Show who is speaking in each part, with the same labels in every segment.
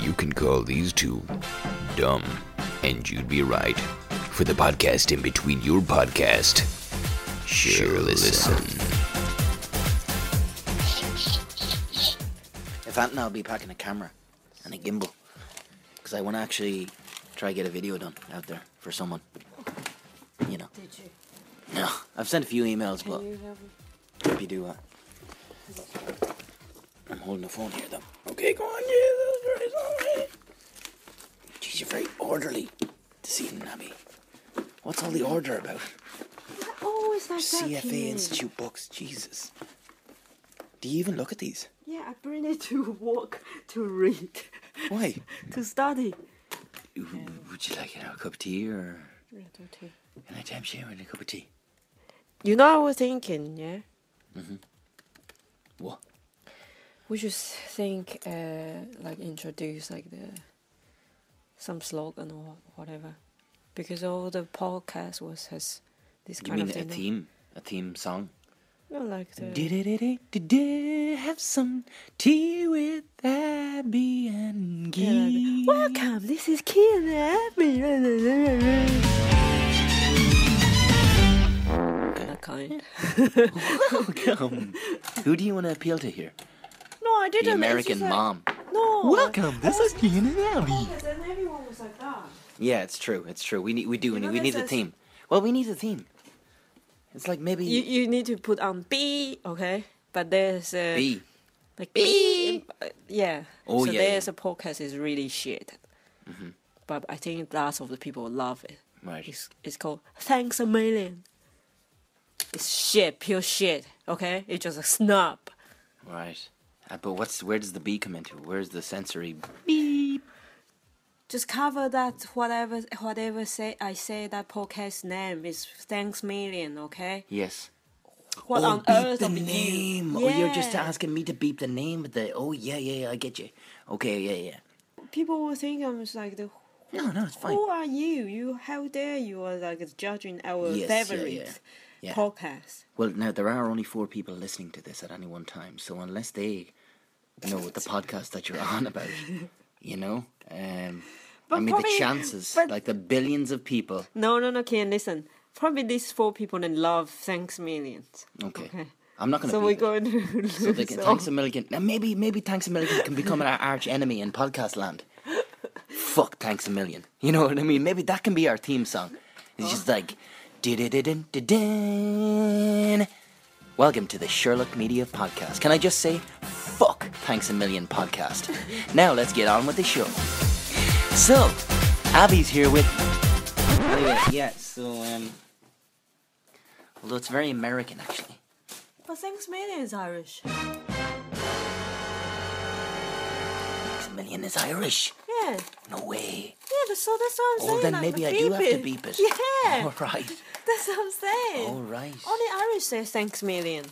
Speaker 1: you can call these two dumb, and you'd be right. For the podcast in between your podcast, sure, listen.
Speaker 2: If anything, I'll be packing a camera and a gimbal. Because I want to actually try get a video done out there for someone. You know.
Speaker 3: Did you?
Speaker 2: No, I've sent a few emails, but
Speaker 3: you have them?
Speaker 2: if you do that. I'm holding the phone here, though. Okay, go on, yeah, that's right, alright. Jeez, you're very orderly this evening, Abby. What's all the order about?
Speaker 3: Always oh, like that. for
Speaker 2: CFA
Speaker 3: you.
Speaker 2: Institute books, Jesus. Do you even look at these?
Speaker 3: Yeah, I bring it to work, to read,
Speaker 2: Why?
Speaker 3: to study.
Speaker 2: Would you like you know, a cup of tea or
Speaker 3: You
Speaker 2: can I tempt you with a cup of tea?
Speaker 3: know, I was thinking, yeah,
Speaker 2: What?
Speaker 3: we should s- think, uh, like introduce like the some slogan or whatever, because all the podcast was has this
Speaker 2: You
Speaker 3: kind
Speaker 2: mean
Speaker 3: of
Speaker 2: a
Speaker 3: thing.
Speaker 2: theme? A theme song?
Speaker 3: No, like the
Speaker 2: Did have some tea with Abby and
Speaker 3: yeah, like the, welcome. This is Kian Abby. That kind.
Speaker 2: Welcome. Who do you want to appeal to here?
Speaker 3: No, I didn't.
Speaker 2: The
Speaker 3: it's
Speaker 2: American
Speaker 3: just like-
Speaker 2: mom.
Speaker 3: No.
Speaker 2: This is Ian and Abby.
Speaker 3: Then everyone was like that.
Speaker 2: Yeah, it's true. It's true. We need. We do.
Speaker 3: You
Speaker 2: need
Speaker 3: know
Speaker 2: we need
Speaker 3: this
Speaker 2: a
Speaker 3: is-
Speaker 2: theme. Well, we need a theme. It's like maybe
Speaker 3: You you need to put on B, okay? But there's a
Speaker 2: B.
Speaker 3: like
Speaker 2: B.
Speaker 3: B, uh, yeah.
Speaker 2: Oh,
Speaker 3: so
Speaker 2: yeah, Mm-hmm.
Speaker 3: there's a podcast is really shit. But I think lots of the people love it.
Speaker 2: Right.
Speaker 3: It's it's called Thanks a Million. It's shit, pure shit. Okay, it's just a snub.
Speaker 2: Right. Uh, but what's where does the B come into? Where's the sensory?
Speaker 3: Just cover that whatever whatever say I say that podcast name is Thanks Million. Okay,
Speaker 2: Yes.
Speaker 3: what
Speaker 2: oh,
Speaker 3: on
Speaker 2: beep
Speaker 3: earth
Speaker 2: the
Speaker 3: of
Speaker 2: name.
Speaker 3: you?
Speaker 2: Oh, you're just
Speaker 3: Yeah.
Speaker 2: asking me to beep the name of the. Oh yeah, yeah, yeah. I get you. Okay, yeah, yeah.
Speaker 3: people will think I'm just like the
Speaker 2: No, no, it's fine.
Speaker 3: Who are you? You how dare you are like judging our
Speaker 2: Yes, yeah,
Speaker 3: favorite
Speaker 2: yeah. Yeah.
Speaker 3: podcast?
Speaker 2: Well, now there are only four people listening to this at any one time, so unless they know the podcast that you're on about, you know, um, I
Speaker 3: But
Speaker 2: mean
Speaker 3: probably-
Speaker 2: the chances,
Speaker 3: but-
Speaker 2: like the billions of people.
Speaker 3: No, no, no, Kian, listen. Probably these four people then love Thanks Millions.
Speaker 2: Okay,
Speaker 3: Okay.
Speaker 2: I'm not going to.
Speaker 3: So we're going to lose
Speaker 2: So they can,
Speaker 3: all-
Speaker 2: thanks a million. Now maybe maybe thanks a million can become our arch enemy in podcast land. Fuck thanks a million. You know what I mean? Maybe that can be our theme song. It's just like "Di-di-di-din-di-din." Welcome to the Sherlock Media Podcast. Can I just say fuck thanks a million podcast? now let's get on with the show. So Abby's here with Anyway, Oh, yeah, so um although it's very American actually.
Speaker 3: But Thanks Millions Irish.
Speaker 2: Thanks a million is Irish.
Speaker 3: Yeah.
Speaker 2: No way.
Speaker 3: Yeah, but so that's what
Speaker 2: Oh,
Speaker 3: I'm saying.
Speaker 2: then
Speaker 3: like,
Speaker 2: maybe I
Speaker 3: beep
Speaker 2: do have to
Speaker 3: it.
Speaker 2: beep it.
Speaker 3: Yeah. Oh,
Speaker 2: All right.
Speaker 3: That's what I'm saying.
Speaker 2: All right.
Speaker 3: Only Irish say Thanks Million.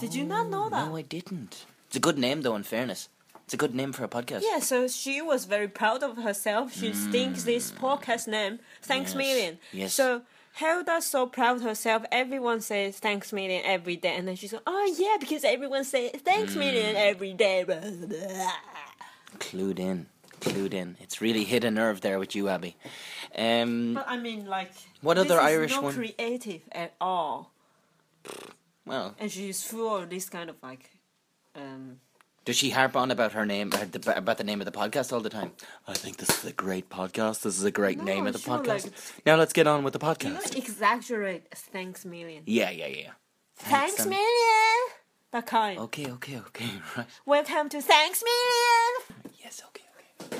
Speaker 3: Did you not know that?
Speaker 2: Oh, No, I didn't. It's a good name, though. In fairness, it's a good name for a podcast.
Speaker 3: Yeah, so she was very proud of herself. She thinks this podcast name thanks
Speaker 2: Mm. Yes,
Speaker 3: million.
Speaker 2: yes.
Speaker 3: So Hilda so proud of herself. Everyone says thanks million every day, and then she's like, oh yeah, because everyone says thanks
Speaker 2: Mm.
Speaker 3: million every day. Blah, blah, blah.
Speaker 2: Clued in. Clued in. It's really hit a nerve there with you, Abby. Um.
Speaker 3: But I mean, like,
Speaker 2: What
Speaker 3: this
Speaker 2: other
Speaker 3: is
Speaker 2: Irish
Speaker 3: not
Speaker 2: one?
Speaker 3: creative at all,
Speaker 2: Well,
Speaker 3: and she's full of this kind of like, um,
Speaker 2: does she harp on about her name, about the, about the name of the podcast all the time? I think this is a great podcast. This is a great
Speaker 3: No,
Speaker 2: name of the
Speaker 3: sure, like,
Speaker 2: podcast.
Speaker 3: it's-
Speaker 2: now let's get on with the podcast.
Speaker 3: you know, exaggerate thanks million,
Speaker 2: yeah, yeah, yeah.
Speaker 3: thanks,
Speaker 2: um, Oh.
Speaker 3: million, that kind.
Speaker 2: Okay, okay, okay. Right.
Speaker 3: Welcome to thanks million.
Speaker 2: Yes, okay, okay.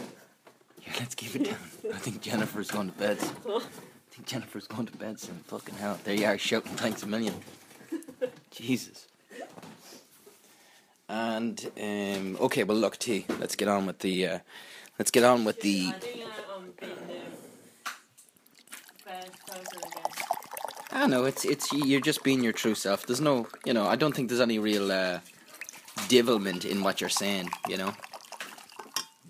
Speaker 2: Here, let's keep it down. I think Jennifer's going to bed. soon. I think Jennifer's going to bed soon. Fucking hell. There you are shouting thanks a million. Jesus. And um, okay, well look, T. Let's get on with the. Uh, let's get on with the.
Speaker 3: I think I, um, been the best person
Speaker 2: I don't know. It's it's you're just being your true self. There's no, you know. I don't think there's any real uh, divilment in what you're saying. You know.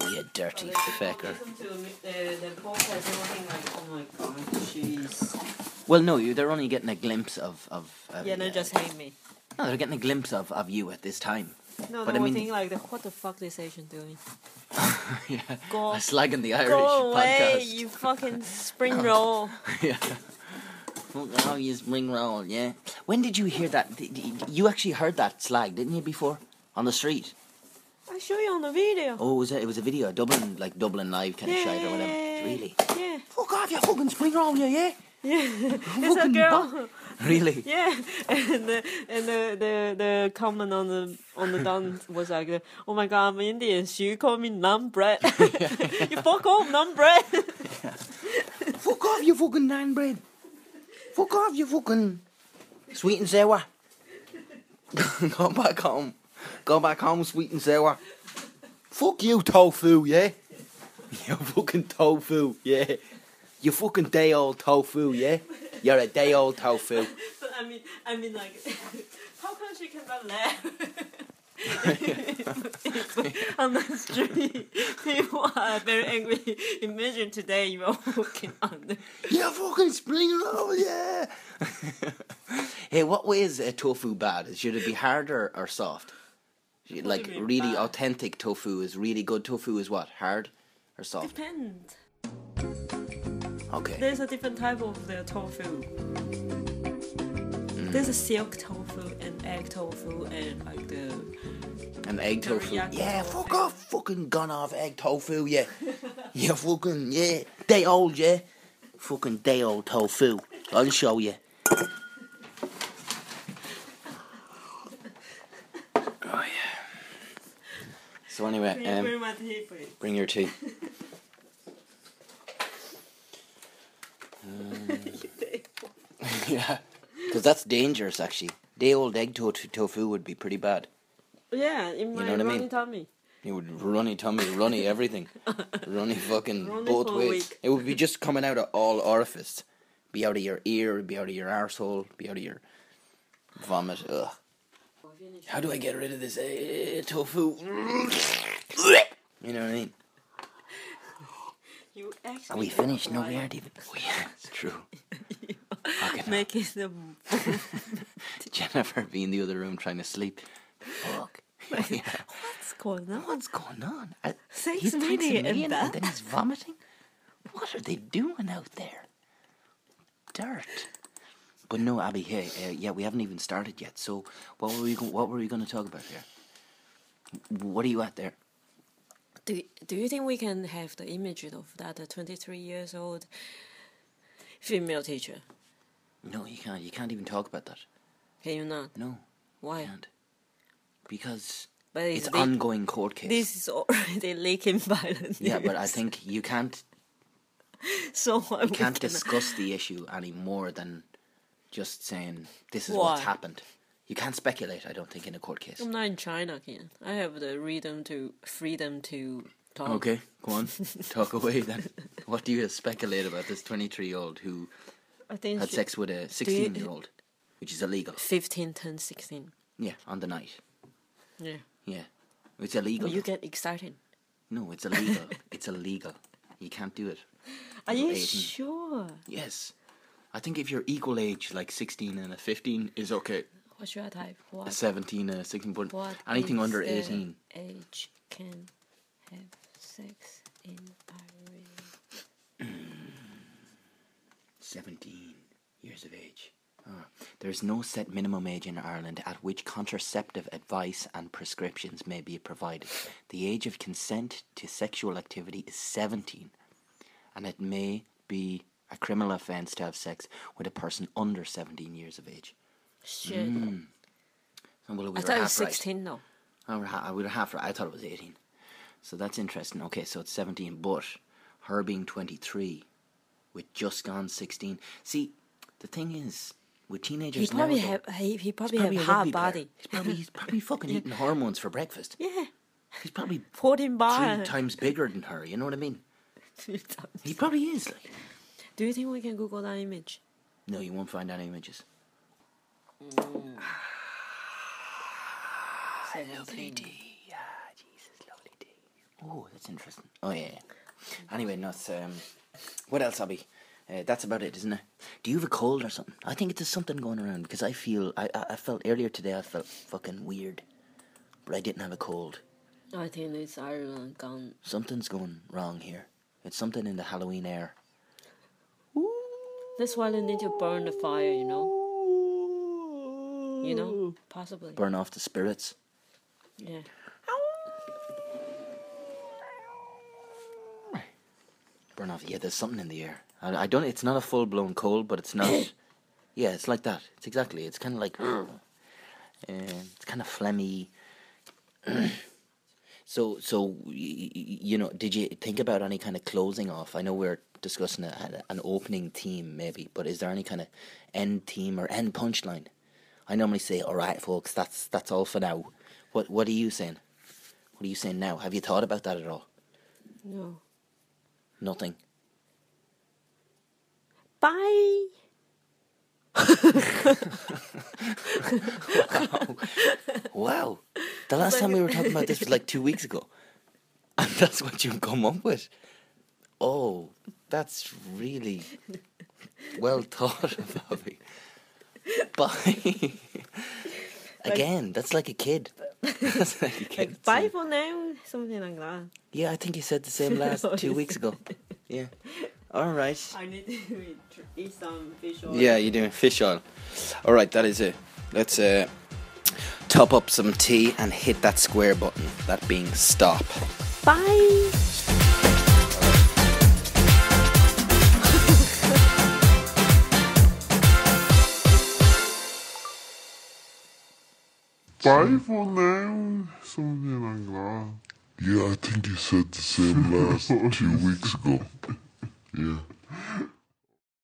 Speaker 2: You dirty fecker.
Speaker 3: to um, the, the podcast and like, oh my god, jeez.
Speaker 2: Well, no, you, they're only getting a glimpse of of. Uh,
Speaker 3: Yeah, no,
Speaker 2: uh,
Speaker 3: just hate me.
Speaker 2: No, they're getting a glimpse of, of you at this time.
Speaker 3: No,
Speaker 2: But I
Speaker 3: the whole
Speaker 2: mean-
Speaker 3: thing like the, what the fuck is Asian doing?
Speaker 2: yeah.
Speaker 3: Go-
Speaker 2: I slagging the Irish
Speaker 3: Oh. Go away,
Speaker 2: podcast.
Speaker 3: you fucking spring roll.
Speaker 2: yeah. Fuck all you spring roll, yeah. When did you hear that? D- d- You actually heard that slag, didn't you, before? On the street?
Speaker 3: I show you on the video.
Speaker 2: Oh, was it, it was a video, Dublin, like Dublin Live kind of shite or whatever.
Speaker 3: Yeah.
Speaker 2: Really?
Speaker 3: Yeah,
Speaker 2: Fuck off, you fucking spring roll, you, yeah?
Speaker 3: yeah. It's a
Speaker 2: Fucking
Speaker 3: girl.
Speaker 2: Really?
Speaker 3: Yeah, and the, and the, the the comment on the on the dance was like, uh, "Oh my god, I'm Indian. so You call me naan bread. you fuck off, naan bread."
Speaker 2: Fuck off, you fucking nine bread. Fuck off, you fucking sweet and sour. Go back home. Go back home, sweet and sour. Fuck you, tofu, yeah? You fucking tofu, yeah? You fucking day old tofu, yeah? You're a day old tofu.
Speaker 3: but I mean, I mean, like, how come she cannot laugh? on the street, people are very angry. Imagine today you are walking on the.
Speaker 2: You fucking spring roll, yeah! hey, what way is a tofu bad? Should it be hard or, or soft? Should-
Speaker 3: What do
Speaker 2: Like,
Speaker 3: you mean
Speaker 2: really
Speaker 3: bad?
Speaker 2: authentic tofu is really good tofu is what? Hard or soft?
Speaker 3: Depends.
Speaker 2: Okay.
Speaker 3: There's a different type of the tofu. There's a silk tofu and egg tofu and like the
Speaker 2: And egg tofu.
Speaker 3: teriyaki
Speaker 2: Yeah, fuck
Speaker 3: tofu.
Speaker 2: off, fucking gone off egg tofu, yeah. yeah, fucking, yeah. Day old, yeah. Fucking day old tofu. I'll show you. Oh, yeah. So, anyway,
Speaker 3: Can you
Speaker 2: um.
Speaker 3: bring my tea, please?
Speaker 2: Bring your tea. Uh, yeah, because that's dangerous. Actually, day old egg to- tofu would be pretty bad.
Speaker 3: Yeah, in my
Speaker 2: know what I mean?
Speaker 3: runny tummy.
Speaker 2: It would runny tummy, runny everything, runny fucking
Speaker 3: Runny
Speaker 2: both
Speaker 3: for a
Speaker 2: ways.
Speaker 3: week.
Speaker 2: It would be just coming out of all orifice, be out of your ear, be out of your arsehole, be out of your vomit. Ugh. How do I get rid of this eh, tofu? you know what I mean.
Speaker 3: You actually
Speaker 2: Are we finished? No, we aren't even. Oh, yeah, it's true. Fucking hell.
Speaker 3: Making the
Speaker 2: Jennifer be in the other room trying to sleep. Fuck. Yeah.
Speaker 3: what's going on?
Speaker 2: What's going on? I-
Speaker 3: Six
Speaker 2: he's
Speaker 3: million
Speaker 2: drinking
Speaker 3: and
Speaker 2: million and
Speaker 3: that?
Speaker 2: then he's vomiting? What are they doing out there? Dirt. But no, Abby, hey, uh, yeah, we haven't even started yet. So what were we go- what were we going to talk about here? What are you at there?
Speaker 3: Do Do you think we can have the image of that 23 years old female teacher?
Speaker 2: No, you can't. You can't even talk about that.
Speaker 3: Can you not?
Speaker 2: No,
Speaker 3: Why?
Speaker 2: can't. Because
Speaker 3: But uh,
Speaker 2: it's,
Speaker 3: the-
Speaker 2: ongoing court case.
Speaker 3: This is already leaking violence.
Speaker 2: Yeah, but I think you can't
Speaker 3: so why
Speaker 2: you can't discuss the issue any more than just saying this is what's
Speaker 3: Why? Mm.
Speaker 2: happened. You can't speculate, I don't think, in a court case.
Speaker 3: I'm not in China, Ken. I have the freedom to freedom to talk.
Speaker 2: Okay, go on, talk away then. What do you speculate about this 23-year-old who
Speaker 3: I think
Speaker 2: had
Speaker 3: she-
Speaker 2: sex with a 16-year-old, which is illegal?
Speaker 3: 15, 10, 16.
Speaker 2: Yeah, on the night.
Speaker 3: Yeah.
Speaker 2: Yeah, it's illegal.
Speaker 3: You get excited.
Speaker 2: No, it's illegal. it's illegal. You can't do it.
Speaker 3: Are you
Speaker 2: Asian.
Speaker 3: sure?
Speaker 2: Yes, I think if you're equal age, like 16 and a 15, is okay.
Speaker 3: What should I type?
Speaker 2: A
Speaker 3: What?
Speaker 2: 17 and a 16, but
Speaker 3: what
Speaker 2: anything
Speaker 3: is
Speaker 2: under
Speaker 3: the
Speaker 2: 18.
Speaker 3: Age can have sex in Ireland.
Speaker 2: 17 years of age. Ah. There is no set minimum age in Ireland at which contraceptive advice and prescriptions may be provided. The age of consent to sexual activity is 17, and it may be a criminal offence to have sex with a person under 17 years of age.
Speaker 3: Shit.
Speaker 2: Oh, Well, we
Speaker 3: I
Speaker 2: were
Speaker 3: thought it was
Speaker 2: Mm, half right.
Speaker 3: 16, no.
Speaker 2: Oh, we're ha- we were half right. I thought it was 18. So that's interesting. Okay, so it's 17, but her being 23 with just gone 16. See, the thing is, with teenagers
Speaker 3: He probably
Speaker 2: nowadays-
Speaker 3: have he, he probably,
Speaker 2: probably a
Speaker 3: have hard
Speaker 2: rugby player.
Speaker 3: body.
Speaker 2: He's probably, he's probably fucking eating hormones for breakfast.
Speaker 3: Yeah.
Speaker 2: He's probably
Speaker 3: Fourteen
Speaker 2: three
Speaker 3: bar.
Speaker 2: times bigger than her, you know what I mean? He probably is. Like,
Speaker 3: Do you think we can Google that image?
Speaker 2: no, you won't find any images. Lovely D. Ah, Jesus, lovely D. Oh, that's interesting. Oh, yeah. yeah. Anyway, no, it's, um, what else, Abby? Uh, that's about it, isn't it? Do you have a cold or something? I think it's just something going around because I feel I, I I felt earlier today I felt fucking weird. but I didn't have a cold.
Speaker 3: I think it's Ireland gone.
Speaker 2: Something's going wrong here. It's something in the Halloween air.
Speaker 3: That's why they need to burn the fire, you know? You know? Possibly.
Speaker 2: Burn off the spirits.
Speaker 3: Yeah.
Speaker 2: Burn off. Yeah, there's something in the air. I, I don't. It's not a full blown cold, but it's not. yeah, it's like that. It's exactly. It's kind of like. uh, it's kind of phlegmy. so so y- y- y- you know, did you think about any kind of closing off? I know we're discussing a, an opening theme maybe, but is there any kind of end theme or end punchline? I normally say, "All right, folks, that's that's all for now." What what are you saying? What are you saying now? Have you thought about that at all?
Speaker 3: No.
Speaker 2: Nothing.
Speaker 3: Bye!
Speaker 2: Wow. The last time we were talking about this was like two weeks ago. And that's what you've come up with. Oh, that's really well thought of, Abby. Bye. Again, that's like a kid. That's like a kid.
Speaker 3: Like, bye for now, something like that.
Speaker 2: Yeah, I think you said the same last
Speaker 3: No,
Speaker 2: two
Speaker 3: you
Speaker 2: weeks ago. Yeah. All right.
Speaker 3: I need to eat some fish oil.
Speaker 2: Yeah, you're doing fish oil. All right, that is it. Let's uh, top up some tea and hit that square button, that being stop.
Speaker 3: Bye!
Speaker 4: Bye for now. Something like that.
Speaker 5: Yeah, I think you said the same last two weeks ago. Yeah.